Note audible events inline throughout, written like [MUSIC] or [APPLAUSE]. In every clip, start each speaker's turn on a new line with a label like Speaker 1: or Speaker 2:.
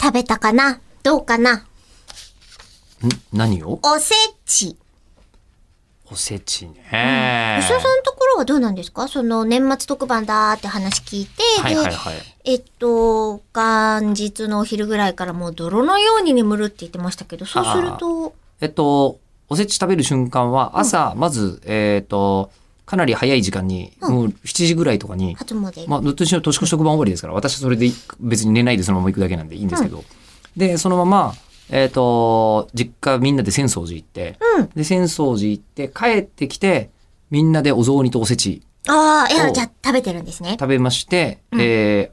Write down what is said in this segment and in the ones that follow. Speaker 1: 食べたかなどうかなん
Speaker 2: 何を
Speaker 1: おせち。
Speaker 2: おせちね。
Speaker 1: 吉田さんのところはどうなんですかその年末特番だーって話聞いて、
Speaker 2: はいはいはい。
Speaker 1: で、えっと、元日のお昼ぐらいからもう泥のように眠るって言ってましたけど、そうすると、
Speaker 2: えっと、おせち食べる瞬間は朝、まず、えっと、かなり早い時間に、
Speaker 1: うん
Speaker 2: もう7時ぐらいとかに、
Speaker 1: 初詣。
Speaker 2: まあ、私の年越し特番終わりですから、私はそれで別に寝ないでそのまま行くだけなんでいいんですけど、で、そのまま、えっ、と、実家みんなで浅草寺行って、
Speaker 1: うん
Speaker 2: で、浅草寺行って帰ってきて、みんなでお雑煮とおせち
Speaker 1: ああ、いや、
Speaker 2: お
Speaker 1: じゃあ食べてるんですね。
Speaker 2: 食べまして、
Speaker 1: うん
Speaker 2: え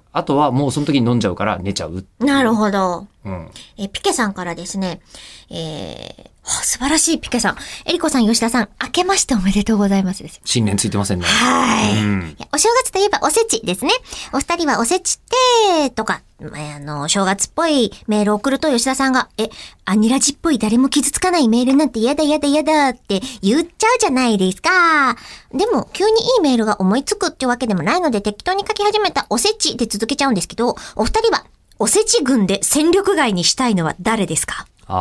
Speaker 2: ーあとはもうその時に飲んじゃうから寝ちゃう。
Speaker 1: なるほど。
Speaker 2: うん。
Speaker 1: え、ピケさんからですね、えー、あ素晴らしいピケさん。えりこさん、吉田さん、明けましておめでとうございますですよ。
Speaker 2: 新年ついてませんね。
Speaker 1: はーい。
Speaker 2: うん。
Speaker 1: いやお正月といえばおせちですね。お二人はおせちって、とか、まああの、正月っぽいメールを送ると吉田さんが、え、アニラジっぽい誰も傷つかないメールなんて嫌だ嫌だ嫌だって言っちゃうじゃないですか。でも、急にいいメールが思いつくってわけでもないので適当に書き始めたおせちで続けちゃうんですけど、お二人は、おせち軍で戦力外にしたいのは誰ですか
Speaker 2: あ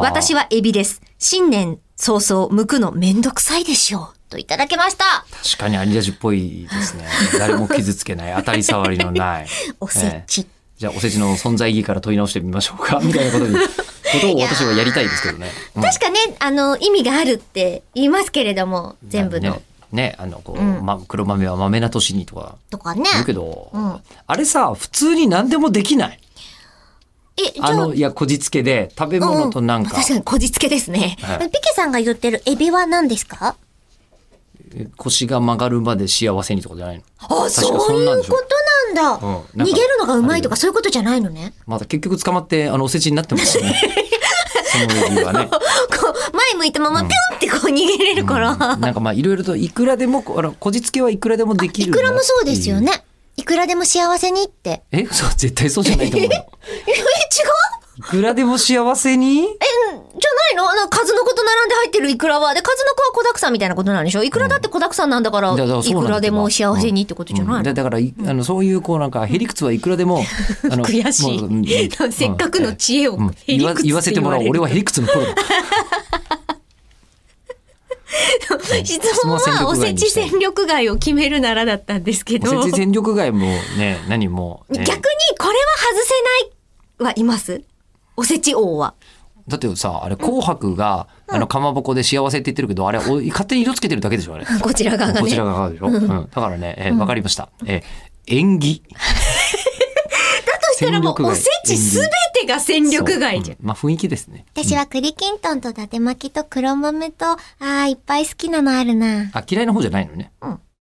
Speaker 2: あ。
Speaker 1: 私はエビです。新年早々剥くのめんどくさいでしょう。といただきました。
Speaker 2: 確かにアリラジっぽいですね。
Speaker 1: [LAUGHS]
Speaker 2: 誰も傷つけない、当たり障りのない。
Speaker 1: おせち。
Speaker 2: じゃあ、おせちの存在意義から問い直してみましょうか、 [LAUGHS] みたいなことに、ことを私はやりたいですけどね。うん
Speaker 1: 確かね、あの、意味があるって言いますけれども、全部の
Speaker 2: ね。。ね、あの、こう、
Speaker 1: うん
Speaker 2: ま、黒豆は豆な年にとか
Speaker 1: とかね。
Speaker 2: 言うけど、
Speaker 1: うん
Speaker 2: あれさ、普通に何でもできない。
Speaker 1: え、じゃ
Speaker 2: あの、いや、こじつけで、食べ物となん
Speaker 1: う
Speaker 2: か、
Speaker 1: 確かにこじつけですね。
Speaker 2: はい
Speaker 1: ピケさんが言ってるエビは何ですか
Speaker 2: え腰が曲がるまで幸せにとかじゃないの。
Speaker 1: あ、
Speaker 2: か
Speaker 1: そう
Speaker 2: そん
Speaker 1: い
Speaker 2: なん
Speaker 1: う
Speaker 2: でしょ
Speaker 1: ことなんだ。
Speaker 2: うんなん
Speaker 1: 逃
Speaker 2: か
Speaker 1: げるのがうまいとかそういうことじゃないの
Speaker 2: [LAUGHS]
Speaker 1: ね。
Speaker 2: まだ結局捕まって、あの、おせちになってます
Speaker 1: [LAUGHS]
Speaker 2: よね。その指はね。
Speaker 1: こう、前向いたままピョンってこう逃げれるから。
Speaker 2: うんなんかまあいろいろといくらでもこあのこじつけはいくらでもでき
Speaker 1: い
Speaker 2: る
Speaker 1: くらもそうですよ
Speaker 2: なっ
Speaker 1: ね。いくらでも幸せに
Speaker 2: [LAUGHS]
Speaker 1: って。
Speaker 2: ていうえそう絶対そうじゃないと思う
Speaker 1: え、違う
Speaker 2: いくらでも幸せに
Speaker 1: じゃないのなんか数の子と並んで入ってるイクラは。で、数の子は子沢山みたいなことなんでしょイクラだって子沢山なんだから、
Speaker 2: いやだからそう
Speaker 1: い
Speaker 2: なんだ
Speaker 1: くらでも幸せにってことじゃないの、
Speaker 2: うんだだからいあのそういうこうなんかへりくつはいくら
Speaker 1: [LAUGHS]
Speaker 2: でもあの
Speaker 1: 悔しい
Speaker 2: もううんうん
Speaker 1: [LAUGHS] せっかくの知恵を
Speaker 2: うん
Speaker 1: へり
Speaker 2: 言わ
Speaker 1: くつって
Speaker 2: 言わせてもらおう
Speaker 1: 言われ
Speaker 2: 俺
Speaker 1: る
Speaker 2: はへりくつのプロ
Speaker 1: [LAUGHS]
Speaker 2: だ
Speaker 1: 質問
Speaker 2: 質問
Speaker 1: は
Speaker 2: は
Speaker 1: おせち戦
Speaker 2: 戦
Speaker 1: 力外を決めるならだったんですけど、
Speaker 2: お
Speaker 1: 逆
Speaker 2: せち
Speaker 1: に
Speaker 2: 戦力外もね何も、
Speaker 1: これ [LAUGHS]
Speaker 2: ね
Speaker 1: は外せないはいますおせち王は。 [LAUGHS]
Speaker 2: だってさあれ「紅白が」あのかまぼこで幸せって言ってるけどあれお勝手に色つけてるだけでしょあれ
Speaker 1: こちら側が
Speaker 2: こちら
Speaker 1: ね。
Speaker 2: 側でしょ、うん、だからね、えーわかりました。えー縁起。だと
Speaker 1: そしたらもうおせちすべてが戦 [LAUGHS] 力外じゃん。
Speaker 2: まあ雰囲気ですね。
Speaker 1: 私は栗きんとんと伊達巻きと黒豆と、ああ、いっぱい好きなのあるな。
Speaker 2: あ、嫌いな方じゃないのね。
Speaker 1: うん